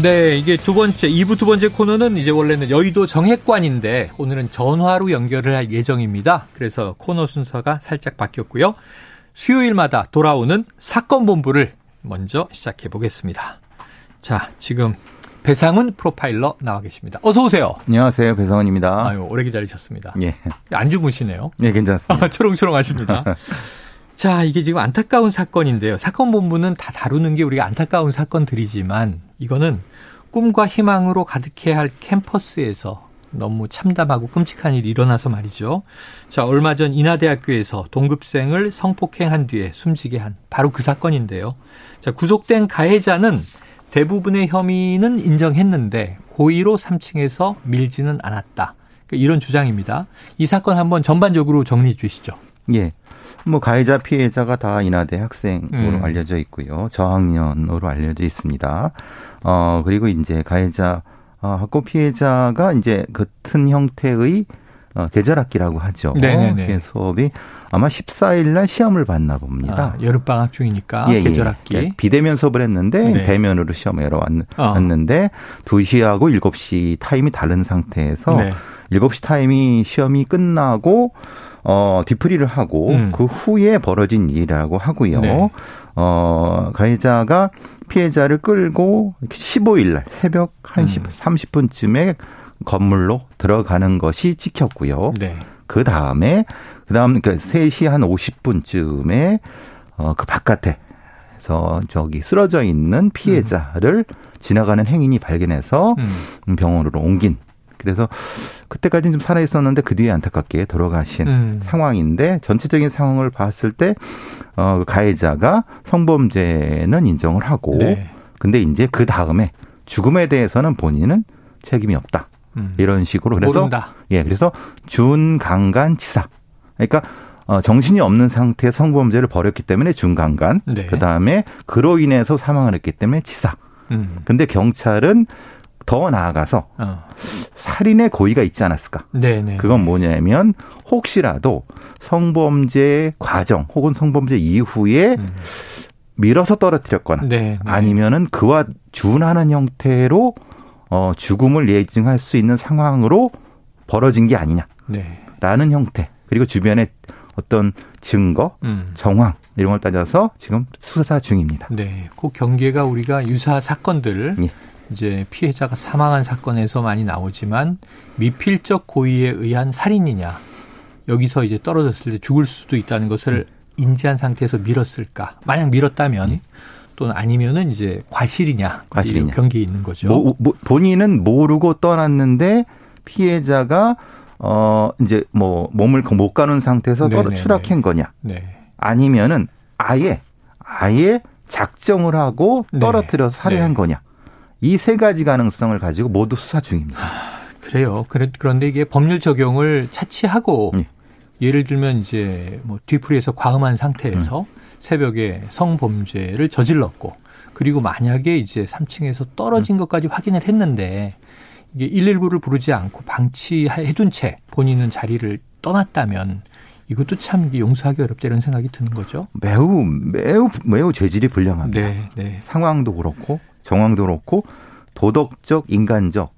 네, 이게 두 번째 2부 두 번째 코너는 이제 원래는 여의도 정액관인데 오늘은 전화로 연결을 할 예정입니다. 그래서 코너 순서가 살짝 바뀌었고요. 수요일마다 돌아오는 사건 본부를 먼저 시작해 보겠습니다. 자, 지금 배상훈 프로파일러 나와 계십니다. 어서 오세요. 안녕하세요, 배상훈입니다. 아유, 오래 기다리셨습니다. 예, 안 주무시네요. 예, 괜찮습니다. 아, 초롱초롱하십니다. 자, 이게 지금 안타까운 사건인데요. 사건 본부는 다 다루는 게 우리가 안타까운 사건들이지만 이거는 꿈과 희망으로 가득해야 할 캠퍼스에서 너무 참담하고 끔찍한 일이 일어나서 말이죠. 자, 얼마 전 인하대학교에서 동급생을 성폭행한 뒤에 숨지게 한 바로 그 사건인데요. 자, 구속된 가해자는 대부분의 혐의는 인정했는데 고의로 3층에서 밀지는 않았다. 그러니까 이런 주장입니다. 이 사건 한번 전반적으로 정리해 주시죠. 예. 뭐 가해자 피해자가 다 인하대 학생으로 음. 알려져 있고요. 저학년으로 알려져 있습니다. 어, 그리고 이제 가해자 어, 학고 피해자가 이제 같은 형태의 어, 계절 학기라고 하죠. 네네네. 그 수업이 아마 14일 날 시험을 봤나 봅니다. 아, 여름방학 중이니까 계절학기. 그러니까 비대면 수업을 했는데 네. 대면으로 시험을 어. 왔는데 2시하고 7시 타임이 다른 상태에서 네. 7시 타임이 시험이 끝나고 어 뒤풀이를 하고 음. 그 후에 벌어진 일이라고 하고요. 네. 어 가해자가 피해자를 끌고 15일 날 새벽 음. 1시 30분쯤에 건물로 들어가는 것이 찍혔고요. 네. 그 다음에 그다음 그러니까 3시 한 50분쯤에 어 그 바깥에서 저기 쓰러져 있는 피해자를 지나가는 행인이 발견해서 음. 병원으로 옮긴. 그래서 그때까지는 좀 살아 있었는데 그 뒤에 안타깝게 돌아가신 음. 상황인데 전체적인 상황을 봤을 때 어, 그 가해자가 성범죄는 인정을 하고 네. 근데 이제 그 다음에 죽음에 대해서는 본인은 책임이 없다. 음. 이런 식으로 그래서 모른다. 예, 그래서 준강간치사. 그러니까 어, 정신이 없는 상태에 성범죄를 벌였기 때문에 준강간. 네. 그 다음에 그로 인해서 사망을 했기 때문에 치사. 음. 근데 경찰은 더 나아가서 어. 살인의 고의가 있지 않았을까? 네네. 그건 뭐냐면 혹시라도 성범죄 과정 혹은 성범죄 이후에 음. 밀어서 떨어뜨렸거나 네. 네. 아니면은 그와 준하는 형태로 어 죽음을 예증할 수 있는 상황으로 벌어진 게 아니냐라는 네. 형태 그리고 주변의 어떤 증거 음. 정황 이런 걸 따져서 지금 수사 중입니다. 네. 그 경계가 우리가 유사 사건들 예. 이제 피해자가 사망한 사건에서 많이 나오지만 미필적 고의에 의한 살인이냐 여기서 이제 떨어졌을 때 죽을 수도 있다는 것을 음. 인지한 상태에서 밀었을까? 만약 밀었다면 또는 아니면은 이제 과실이냐, 과실이냐. 뭐 이 경계에 있는 거죠. 모, 모- 본인은 모르고 떠났는데 피해자가 어 이제 뭐 몸을 못 가는 상태에서 떨어 네네네. 추락한 거냐 네. 아니면은 아예 아예 작정을 하고 네. 떨어뜨려서 살해한 네. 거냐 이 세 가지 가능성을 가지고 모두 수사 중입니다. 그래요. 그래- 그런데 이게 법률 적용을 차치하고 예. 예를 들면 이제 뭐 뒤풀이에서 과음한 상태에서 새벽에 성범죄를 저질렀고 그리고 만약에 이제 3층에서 떨어진 것까지 확인을 했는데 이게 119를 부르지 않고 방치해둔 채 본인은 자리를 떠났다면 이것도 참 이게 용서하기 어렵다 이런 생각이 드는 거죠. 매우 매우 매우 죄질이 불량합니다. 네, 네. 상황도 그렇고 정황도 그렇고 도덕적 인간적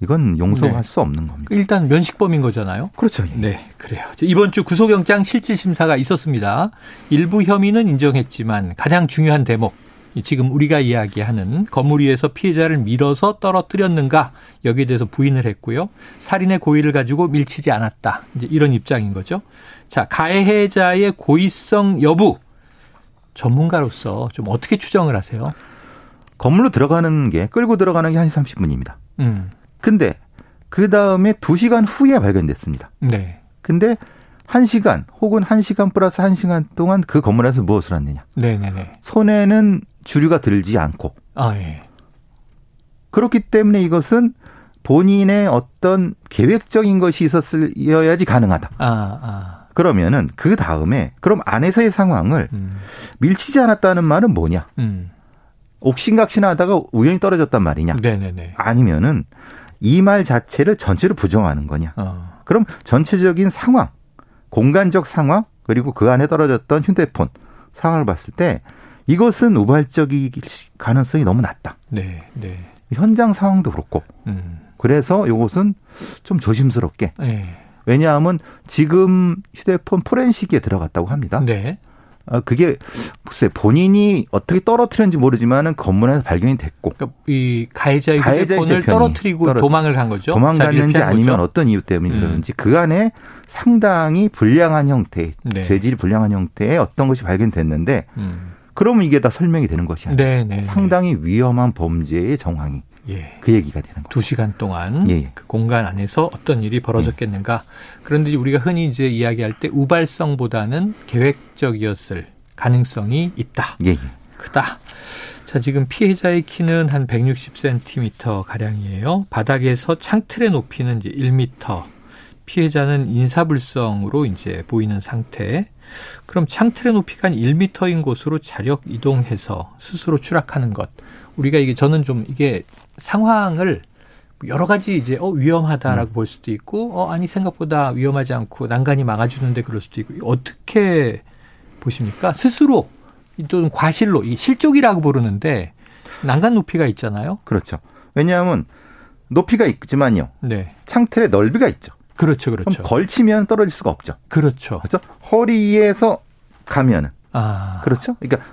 이건 용서할 네. 수 없는 겁니다. 일단 면식범인 거잖아요. 그렇죠. 예. 네, 그래요. 자, 이번 주 구속영장 실질 심사가 있었습니다. 일부 혐의는 인정했지만 가장 중요한 대목, 이 지금 우리가 이야기하는 건물 위에서 피해자를 밀어서 떨어뜨렸는가 여기에 대해서 부인을 했고요. 살인의 고의를 가지고 밀치지 않았다. 이제 이런 입장인 거죠. 자, 가해자의 고의성 여부 전문가로서 좀 어떻게 추정을 하세요? 건물로 들어가는 게 끌고 들어가는 게 1시 30분입니다. 음, 근데 그 다음에 두시간 후에 발견됐습니다. 네. 근데 한시간 혹은 한시간 플러스 한시간 동안 그 건물 안에서 무엇을 했느냐. 네네네. 손에는 주류가 들지 않고 아, 예. 그렇기 때문에 이것은 본인의 어떤 계획적인 것이 있었어야지 가능하다. 아, 아. 그러면은 그 다음에 그럼 안에서의 상황을 음. 밀치지 않았다는 말은 뭐냐? 음. 옥신각신하다가 우연히 떨어졌단 말이냐? 네네네. 아니면은 이 말 자체를 전체로 부정하는 거냐? 어. 그럼 전체적인 상황, 공간적 상황 그리고 그 안에 떨어졌던 휴대폰 상황을 봤을 때 이것은 우발적일 가능성이 너무 낮다. 네, 네. 현장 상황도 그렇고 음. 그래서 이것은 좀 조심스럽게 예. 왜냐하면 지금 휴대폰 포렌식에 들어갔다고 합니다. 네. 아, 그게 글쎄 본인이 어떻게 떨어뜨렸는지 모르지만은 건물 안에서 발견이 됐고 그러니까 이 가해자의 가해자의 휴대폰을 대표니. 떨어뜨리고 떨어- 도망을 간 거죠. 그렇죠? 자리를 피한 도망갔는지 거죠? 음. 아니면 어떤 이유 때문이라든지 그 안에 상당히 불량한 형태, 네. 재질이 불량한 형태의 어떤 것이 발견됐는데 음. 그러면 이게 다 설명이 되는 것이 아니라 네네. 상당히 위험한 범죄의 정황이 예. 그 얘기가 되는 거죠. 두 시간 동안 예, 예. 그 공간 안에서 어떤 일이 벌어졌겠는가. 그런데 우리가 흔히 이제 이야기할 때 우발성보다는 계획적이었을 가능성이 있다. 예, 예. 크다. 자, 지금 피해자의 키는 한 160cm 가량이에요. 바닥에서 창틀의 높이는 이제 1m. 피해자는 인사불성으로 이제 보이는 상태. 그럼 창틀의 높이가 한 1m인 곳으로 자력 이동해서 스스로 추락하는 것. 우리가 이게 저는 좀 이게 상황을 여러 가지 이제 어 음. 위험하다라고 볼 수도 있고 어 아니 생각보다 위험하지 않고 난간이 막아주는데 그럴 수도 있고 어떻게 보십니까? 스스로 또는 과실로 이 실족이라고 부르는데 난간 높이가 있잖아요. 그렇죠. 왜냐하면 높이가 있지만요. 네, 창틀의 넓이가 있죠. 그렇죠, 그렇죠, 그럼 걸치면 떨어질 수가 없죠. 그렇죠. 그렇죠? 허리에서 가면은 아, 그렇죠? 그러니까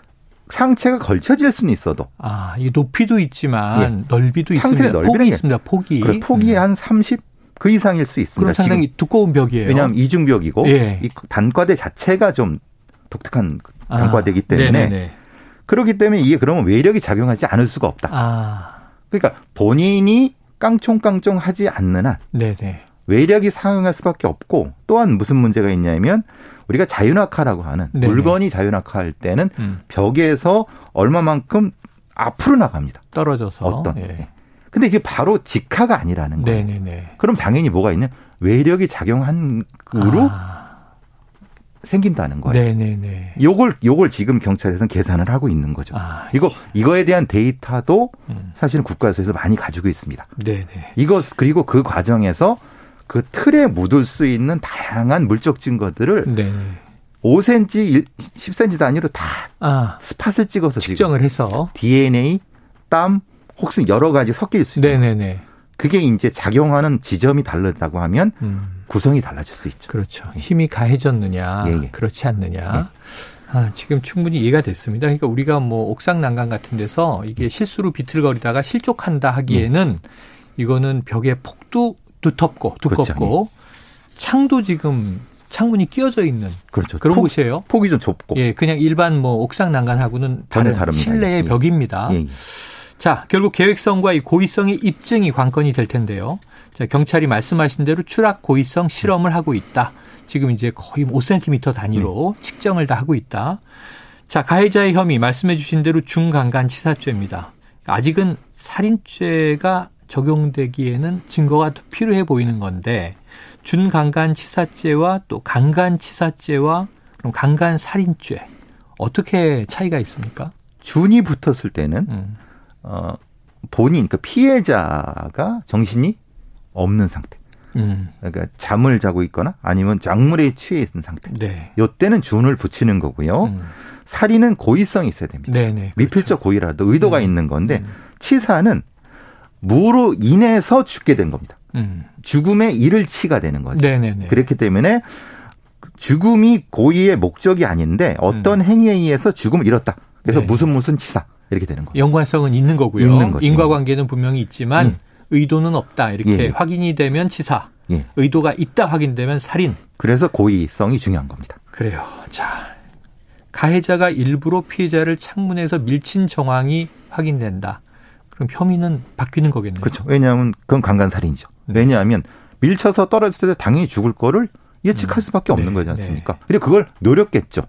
상체가 걸쳐질 수는 있어도 아, 이 높이도 있지만 넓이도 예. 상체의 있습니다. 넓이라는 폭이 게- 있습니다. 폭이. 그래, 폭이 음. 한 30 그 이상일 수 있습니다. 그럼 상당히 두꺼운 벽이에요. 왜냐하면 이중벽이고 예. 이 단과대 자체가 좀 독특한 아, 단과대이기 때문에 네네네. 그렇기 때문에 이게 그러면 외력이 작용하지 않을 수가 없다. 아, 그러니까 본인이 깡총깡총 하지 않는 한 네네. 외력이 상응할 수밖에 없고 또한 무슨 문제가 있냐면 우리가 자유낙하라고 하는 네네. 물건이 자유낙하할 때는 음, 벽에서 얼마만큼 앞으로 나갑니다. 떨어져서 어떤. 예. 예. 근데 이게 바로 직하가 아니라는 거예요. 네네네. 그럼 당연히 뭐가 있냐? 외력이 작용한 으로 아, 생긴다는 거예요. 네네네. 요걸 요걸 지금 경찰에서는 계산을 하고 있는 거죠. 아, 이거 이거에 대한 데이터도 음. 사실은 국가에서 많이 가지고 있습니다. 네네. 이것 그리고 그 과정에서 그 틀에 묻을 수 있는 다양한 물적 음. 증거들을 네네. 5cm, 일- 10cm 단위로 다 아, 스팟을 찍어서 지금 측정을 해서. DNA, 땀, 혹은 여러 가지 섞일 수 있어요. 네네네. 그게 이제 작용하는 지점이 다르다고 하면 음. 구성이 달라질 수 있죠. 그렇죠. 힘이 가해졌느냐, 예, 예. 그렇지 않느냐. 아, 지금 충분히 이해가 됐습니다. 그러니까 우리가 뭐 옥상 난간 같은 데서 이게 실수로 비틀거리다가 실족한다 하기에는 예. 이거는 벽의 폭도 두텁고 그렇죠. 두껍고 예. 창도 지금 창문이 끼어져 있는 그렇죠. 그런 폭- 곳이에요. 폭이 좀 좁고. 예, 그냥 일반 뭐 옥상 난간하고는 전혀 다른 다릅니다. 실내의 예. 벽입니다. 예, 예. 자, 결국 계획성과 이 고의성의 입증이 관건이 될 텐데요. 자, 경찰이 말씀하신 대로 추락 고의성 실험을 하고 있다. 지금 이제 거의 5cm 단위로 측정을 다 하고 있다. 자, 가해자의 혐의 말씀해 주신 대로 중간간 치사죄입니다. 아직은 살인죄가 적용되기에는 증거가 더 필요해 보이는 건데 준강간 치사죄와 또 강간 치사죄와 그럼 강간 살인죄 어떻게 차이가 있습니까? 준이 붙었을 때는 음. 어, 본인 그러니까 피해자가 정신이 없는 상태. 음. 그러니까 잠을 자고 있거나 아니면 약물에 취해 있는 상태. 네. 요때는 준을 붙이는 거고요. 음. 살인은 고의성이 있어야 됩니다. 네네. 미필적 고의라도 의도가 있는 건데 음. 치사는 무로 인해서 죽게 된 겁니다. 음. 죽음의 이를 치가 되는 거죠. 네네네. 그렇기 때문에 죽음이 고의의 목적이 아닌데 어떤 행위에 의해서 죽음을 잃었다. 그래서 음. 네. 무슨 무슨 치사 이렇게 되는 거예요. 연관성은 있는 거고요. 있는 거죠. 인과관계는 분명히 있지만 예. 의도는 없다. 이렇게 예, 예. 확인이 되면 치사, 예. 의도가 있다 확인되면 살인. 그래서 고의성이 중요한 겁니다. 그래요. 자, 가해자가 일부러 피해자를 창문에서 밀친 정황이 확인된다. 그럼 혐의는 바뀌는 거겠네요. 네. 그렇죠. 왜냐하면 그건 강간살인이죠. 왜냐하면 밀쳐서 떨어졌을 때 당연히 죽을 거를 예측할 수밖에 없는 네, 거지 않습니까? 근데 그걸 노렸겠죠.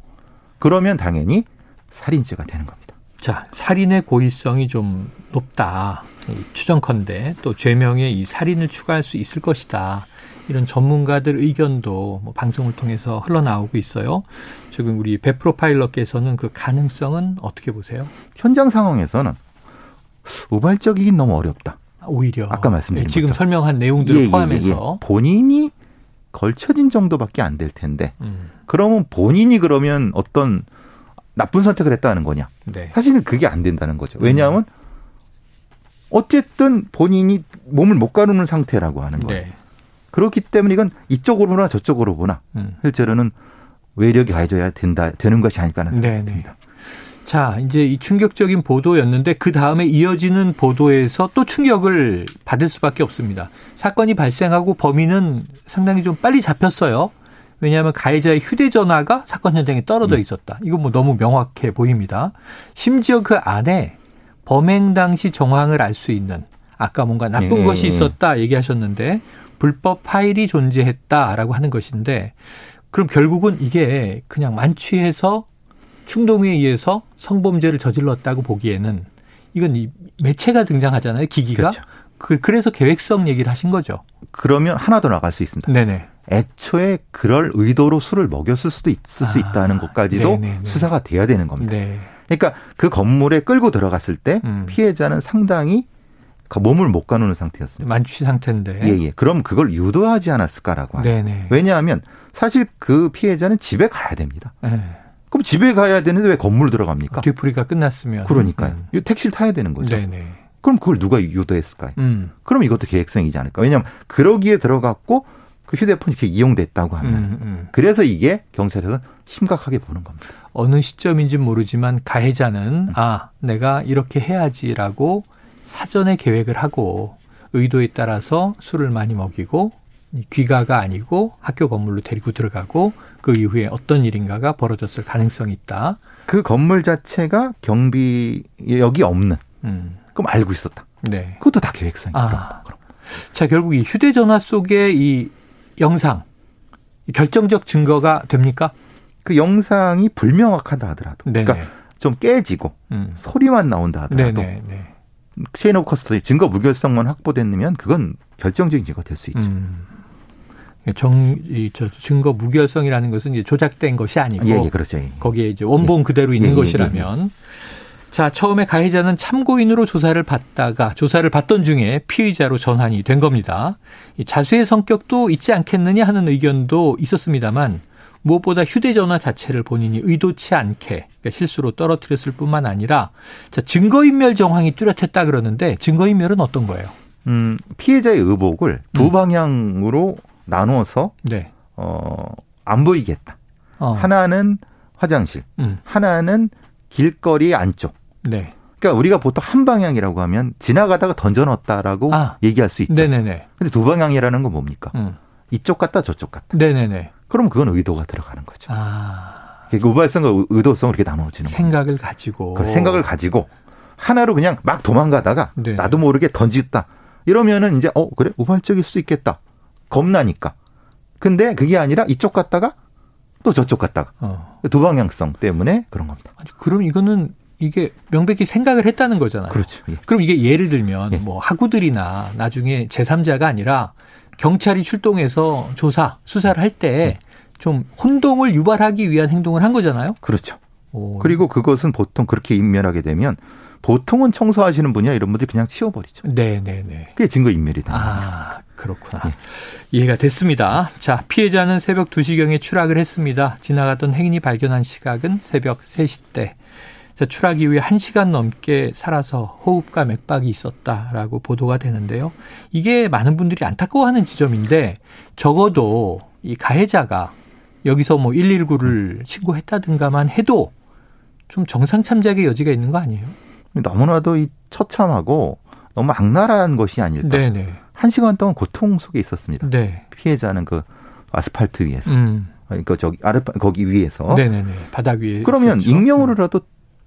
그러면 당연히 살인죄가 되는 겁니다. 자, 살인의 고의성이 좀 높다. 이 추정컨대 또 죄명에 이 살인을 추가할 수 있을 것이다. 이런 전문가들 의견도 뭐 방송을 통해서 흘러나오고 있어요. 지금 우리 배 프로파일러께서는 그 가능성은 어떻게 보세요? 현장 상황에서는 우발적이긴 너무 어렵다. 예, 오히려 예, 아까 말씀드린 지금 것처럼. 설명한 내용들을 포함해서 본인이 걸쳐진 정도밖에 안 될 텐데 음, 그러면 본인이 그러면 어떤 나쁜 선택을 했다는 거냐? 네. 사실은 그게 안 된다는 거죠. 왜냐하면 어쨌든 본인이 몸을 못 가누는 상태라고 하는 거예요. 네. 그렇기 때문에 이건 이쪽으로 보나 저쪽으로 보나 음. 실제로는 외력이 가해져야 된다 되는 것이 아닐까 하는 생각이 네, 네. 듭니다. 자, 이제 이 충격적인 보도였는데 그 다음에 이어지는 보도에서 또 충격을 받을 수밖에 없습니다. 사건이 발생하고 범인은 상당히 좀 빨리 잡혔어요. 왜냐하면 가해자의 휴대전화가 사건 현장에 음. 떨어져 있었다. 이건 뭐 너무 명확해 보입니다. 심지어 그 안에 범행 당시 정황을 알 수 있는 아까 뭔가 나쁜 예, 것이 예. 있었다 얘기하셨는데 불법 파일이 존재했다라고 하는 것인데 그럼 결국은 이게 그냥 만취해서 충동에 의해서 성범죄를 저질렀다고 보기에는 이건 이 매체가 등장하잖아요. 기기가. 그렇죠. 그 그래서 계획성 얘기를 하신 거죠. 그러면 하나 더 나갈 수 있습니다. 네네. 애초에 그럴 의도로 술을 먹였을 수도 있을 수 아, 있다는 것까지도 네네네. 수사가 돼야 되는 겁니다. 네. 그러니까 그 건물에 끌고 들어갔을 때 음. 피해자는 상당히 그 몸을 못 가누는 상태였습니다. 만취 상태인데. 예, 예. 그럼 그걸 유도하지 않았을까라고 하죠. 네. 네네. 왜냐하면 사실 그 피해자는 집에 가야 됩니다. 예. 그럼 집에 가야 되는데 왜 건물 들어갑니까? 뒤풀이가 끝났으면. 그러니까요. 그 그렇죠. 음. 이 택시를 타야 되는 거죠. 네네. 그럼 그걸 누가 유도했을까요? 음. 그럼 이것도 계획성이지 않을까? 왜냐하면 그러기에 들어갔고 그 휴대폰이 이렇게 이용됐다고 음, 하면 음. 그래서 이게 경찰에서는 심각하게 보는 겁니다. 어느 시점인지는 모르지만 음. 가해자는 아 내가 이렇게 해야지라고 사전에 계획을 하고 의도에 따라서 술을 많이 먹이고 이 귀가가 아니고 학교 건물로 데리고 들어가고 그 이후에 어떤 일인가가 벌어졌을 가능성이 있다. 그 건물 자체가 경비역이 없는 음, 그럼 알고 있었다. 네. 그것도 다 계획성이죠. 아. 자 결국 이 휴대전화 속의 이 영상 이 결정적 증거가 됩니까? 그 영상이 불명확하다 하더라도 네네. 그러니까 좀 깨지고 음. 소리만 나온다 하더라도 네네네. 체인 오브 커스터디 증거 무결성만 확보됐으면 그건 결정적인 증거가 될 수 있죠. 음. 정, 이, 저, 증거 무결성이라는 것은 이제 조작된 것이 아니고 예, 예, 그렇죠. 예. 거기에 이제 원본 그대로 있는 예, 예, 것이라면 자 처음에 가해자는 참고인으로 조사를 받다가 조사를 받던 중에 피의자로 전환이 된 겁니다. 이 자수의 성격도 있지 않겠느냐 하는 의견도 있었습니다만 무엇보다 휴대전화 자체를 본인이 의도치 않게 그러니까 실수로 떨어뜨렸을 뿐만 아니라 자 증거인멸 정황이 뚜렷했다 그러는데 증거인멸은 어떤 거예요? 음, 피해자의 의복을 음. 두 방향으로 나눠서 네. 어, 안 보이겠다. 어, 하나는 화장실, 음, 하나는 길거리 안쪽. 네. 그러니까 우리가 보통 한 방향이라고 하면 지나가다가 던져 넣었다라고 아. 얘기할 수 있죠. 네네네. 근데 두 방향이라는 건 뭡니까? 음. 이쪽 갔다 저쪽 갔다. 네네네. 그럼 그건 의도가 들어가는 거죠. 아 그러니까 우발성과 의- 의도성을 이렇게 나눠지는 거예요. 생각을 가지고 음. 그 생각을 가지고 하나로 그냥 막 도망가다가 네. 나도 모르게 던지겠다. 이러면은 이제 어 그래 우발적일 수 있겠다. 겁나니까. 근데 그게 아니라 이쪽 갔다가 또 저쪽 갔다가 어. 두 방향성 때문에 그런 겁니다. 아니, 그럼 이거는 이게 명백히 생각을 했다는 거잖아요. 그렇죠. 예. 럼 이게 예를 들면 예. 뭐 하구들이나 나중에 제3자가 아니라 경찰이 출동해서 조사, 수사를 할 예. 때 좀 혼동을 유발하기 위한 행동을 한 거잖아요. 그렇죠. 오, 그리고 그것은 보통 그렇게 인멸하게 되면 보통은 청소하시는 분이나 이런 분들이 그냥 치워버리죠. 네, 네, 네. 그게 증거 인멸이다. 아, 그렇구나. 이해가 됐습니다. 자, 피해자는 새벽 2시경에 추락을 했습니다. 지나가던 행인이 발견한 시각은 새벽 3시 때. 자, 추락 이후에 1시간 넘게 살아서 호흡과 맥박이 있었다라고 보도가 되는데요. 이게 많은 분들이 안타까워하는 지점인데 적어도 이 가해자가 여기서 뭐 119를 신고했다든가만 해도 좀 정상 참작의 여지가 있는 거 아니에요? 너무나도 이 처참하고 너무 악랄한 것이 아닐까. 네, 네. 한 시간 동안 고통 속에 있었습니다. 네. 피해자는 그 아스팔트 위에서, 음. 그러니까 저기 아래 거기 위에서. 네네네. 바닥 위에. 어? 그러면 있었죠. 음. 익명으로라도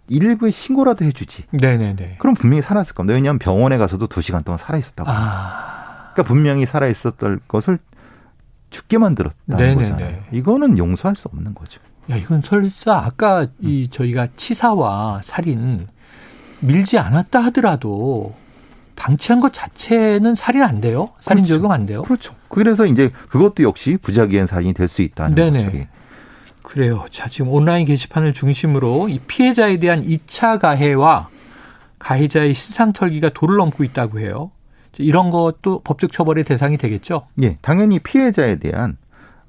119에 신고라도 해주지. 네네네. 그럼 분명히 살았을 겁니다. 왜냐하면 병원에 가서도 두 시간 동안 살아 있었다고. 아, 그러니까 분명히 살아 있었던 것을 죽게 만들었다는 네네네. 거잖아요. 이거는 용서할 수 없는 거죠. 야, 이건 설사 아까 이 음. 저희가 치사와 살인 밀지 않았다 하더라도 방치한 것 자체는 살인 안 돼요? 살인 그렇죠. 적용 안 돼요? 그렇죠. 그래서 이제 그것도 역시 부작위한 살인이 될 수 있다는 네네. 거죠. 예. 그래요. 자, 지금 온라인 게시판을 중심으로 이 피해자에 대한 2차 가해와 가해자의 신상 털기가 도를 넘고 있다고 해요. 자, 이런 것도 법적 처벌의 대상이 되겠죠? 예, 당연히 피해자에 대한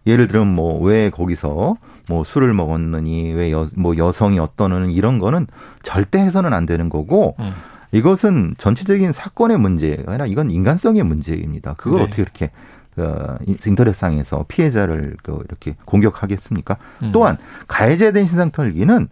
예를 들면 뭐 왜 거기서 뭐 술을 먹었느니 왜 뭐 여성이 어떠느니 이런 거는 절대 해서는 안 되는 거고 음. 이것은 전체적인 사건의 문제가 아니라 이건 인간성의 문제입니다. 그걸 네. 어떻게 이렇게 어, 인터넷상에서 피해자를 그 이렇게 공격하겠습니까? 음. 또한 가해자에 대한 신상 털기는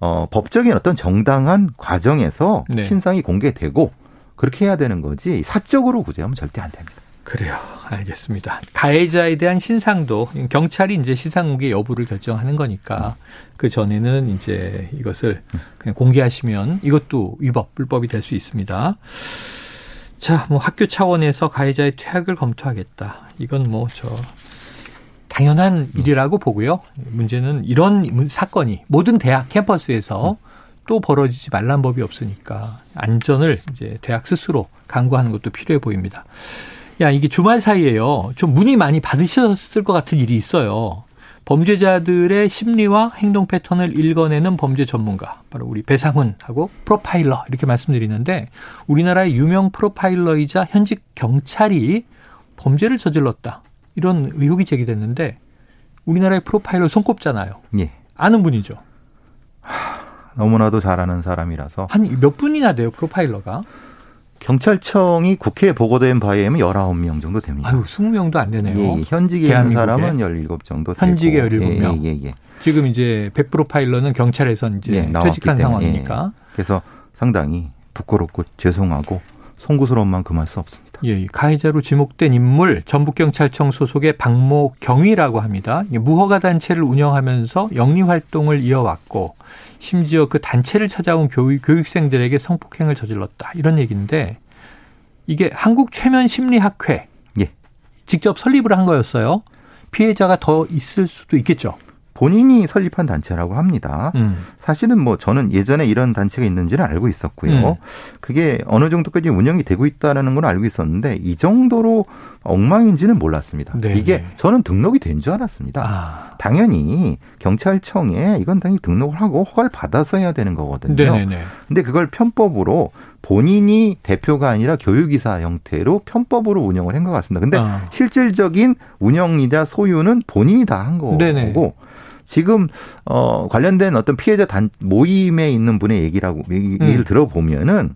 어, 법적인 어떤 정당한 과정에서 네. 신상이 공개되고 그렇게 해야 되는 거지 사적으로 구제하면 절대 안 됩니다. 그래요. 알겠습니다. 가해자에 대한 신상도 경찰이 이제 신상 공개 여부를 결정하는 거니까 그 전에는 이제 이것을 그냥 공개하시면 이것도 위법 불법이 될 수 있습니다. 자, 뭐 학교 차원에서 가해자의 퇴학을 검토하겠다. 이건 뭐 저 당연한 일이라고 보고요. 문제는 이런 문- 사건이 모든 대학 캠퍼스에서 또 벌어지지 말란 법이 없으니까 안전을 이제 대학 스스로 강구하는 것도 필요해 보입니다. 야, 이게 주말 사이에요. 좀 문의 많이 받으셨을 것 같은 일이 있어요. 범죄자들의 심리와 행동 패턴을 읽어내는 범죄 전문가, 바로 우리 배상훈하고 프로파일러, 이렇게 말씀드리는데, 우리나라의 유명 프로파일러이자 현직 경찰이 범죄를 저질렀다. 이런 의혹이 제기됐는데, 우리나라의 프로파일러 손꼽잖아요. 예. 아는 분이죠. 너무나도 잘하는 사람이라서 한 몇 분이나 돼요, 프로파일러가? 경찰청이 국회에 보고된 바에 의하면 19명 정도 됩니다. 아유, 20명도 안 되네요. 예, 예. 현직에 있는 대한민국에. 사람은 17 정도 되고. 현직에 17 명. 예, 예, 예. 지금 이제 백 프로파일러는 경찰에선 이제 예, 나왔기 퇴직한 때문에, 예. 상황이니까. 그래서 상당히 부끄럽고 죄송하고 송구스러운 만큼 할 수 없습니다. 예, 이 가해자로 지목된 인물 전북경찰청 소속의 박모 경위라고 합니다. 이게 무허가 단체를 운영하면서 영리 활동을 이어왔고 심지어 그 단체를 찾아온 교육, 교육생들에게 성폭행을 저질렀다 이런 얘기인데 이게 한국 최면 심리학회 예. 직접 설립을 한 거였어요. 피해자가 더 있을 수도 있겠죠. 본인이 설립한 단체라고 합니다. 음. 사실은 뭐 저는 예전에 이런 단체가 있는지는 알고 있었고요. 음. 그게 어느 정도까지 운영이 되고 있다는 건 알고 있었는데 이 정도로 엉망인지는 몰랐습니다. 네. 이게 저는 등록이 된 줄 알았습니다. 아, 당연히 경찰청에 이건 당연히 등록을 하고 허가를 받아서 해야 되는 거거든요. 네네네. 근데 그걸 편법으로 본인이 대표가 아니라 교육이사 형태로 편법으로 운영을 한 것 같습니다. 근데 아. 실질적인 운영이자 소유는 본인이 다 한 거고 네네. 지금 어 관련된 어떤 피해자 단 모임에 있는 분의 얘기라고 얘기- 얘기를 음. 들어보면은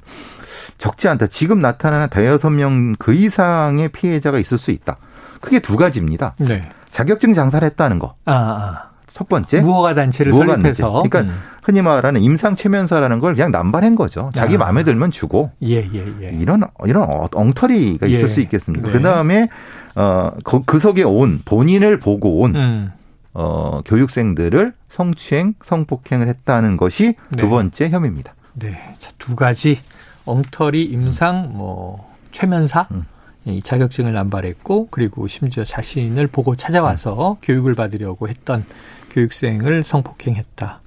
적지 않다. 지금 나타나는 대여섯 명 그 이상의 피해자가 있을 수 있다. 크게 두 가지입니다. 네. 자격증 장사를 했다는 거. 아, 아. 첫 번째. 무허가 단체를 무허가 설립해서 음. 단체. 그러니까 흔히 말하는 임상 체면서라는 걸 그냥 남발한 거죠. 자기 아. 마음에 들면 주고 예예예. 이런 이런 어- 엉터리가 있을 예. 수 있겠습니까? 네. 그다음에 어 그, 그 속에 온 본인을 보고 온 음. 어, 교육생들을 성추행, 성폭행을 했다는 것이 네. 두 번째 혐의입니다. 네, 자, 두 가지 엉터리 임상 뭐 최면사 음. 이 자격증을 남발했고 그리고 심지어 자신을 보고 음. 찾아와서 교육을 받으려고 했던 교육생을 성폭행했다.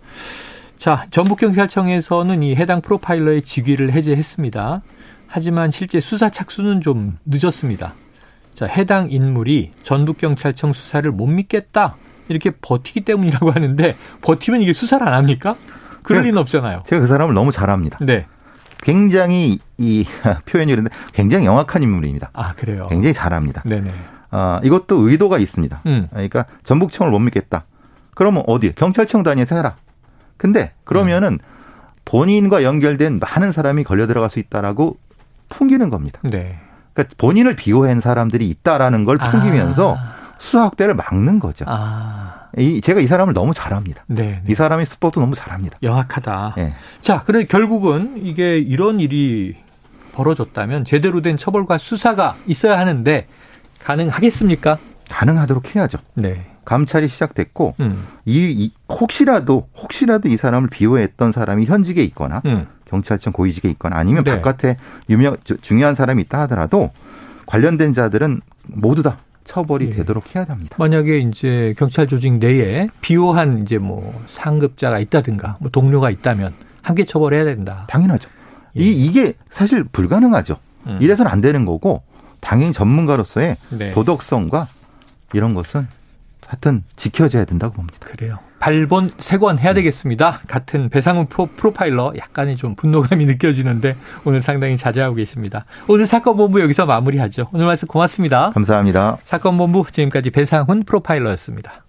자, 전북경찰청에서는 이 해당 프로파일러의 직위를 해제했습니다. 하지만 실제 수사 착수는 좀 늦었습니다. 자, 해당 인물이 전북경찰청 수사를 못 믿겠다. 이렇게 버티기 때문이라고 하는데 버티면 이게 수사를 안 합니까? 그럴 네. 리는 없잖아요. 제가 그 사람을 너무 잘 압니다. 네. 굉장히 이 표현이 그런데 굉장히 영악한 인물입니다. 아, 그래요. 굉장히 잘 압니다. 네네. 아, 이것도 의도가 있습니다. 음. 그러니까 전북청을 못 믿겠다. 그러면 어디? 경찰청 단위에서 해라. 근데 그러면은 본인과 연결된 많은 사람이 걸려 들어갈 수 있다라고 풍기는 겁니다. 네. 그러니까 본인을 비호한 사람들이 있다라는 걸 풍기면서 수사 확대를 막는 거죠. 아, 이 제가 이 사람을 너무 잘합니다. 네. 아. 이 사람이 스포도 너무 잘합니다. 영악하다. 예. 자, 그런데 결국은 이게 이런 일이 벌어졌다면 제대로 된 처벌과 수사가 있어야 하는데 가능하겠습니까? 가능하도록 해야죠. 네. 감찰이 시작됐고 음. 이, 이- 혹시라도 혹시라도 이 사람을 비호했던 사람이 현직에 있거나 음. 경찰청 고위직에 있거나 아니면 네. 바깥에 유명 저- 중요한 사람이 있다 하더라도 관련된 자들은 모두 다 예. 처벌이 되도록 해야 합니다. 만약에 이제 경찰 조직 내에 비호한 이제 뭐 상급자가 있다든가 뭐 동료가 있다면 함께 처벌해야 된다. 당연하죠. 예. 이, 이게 사실 불가능하죠. 음. 이래서는 안 되는 거고 당연히 전문가로서의 네. 도덕성과 이런 것은 하여튼 지켜져야 된다고 봅니다. 그래요. 발본 세권 해야 되겠습니다. 같은 배상훈 프로, 프로파일러 약간의 좀 분노감이 느껴지는데 오늘 상당히 자제하고 계십니다. 오늘 사건 본부 여기서 마무리하죠. 오늘 말씀 고맙습니다. 감사합니다. 사건 본부 지금까지 배상훈 프로파일러였습니다.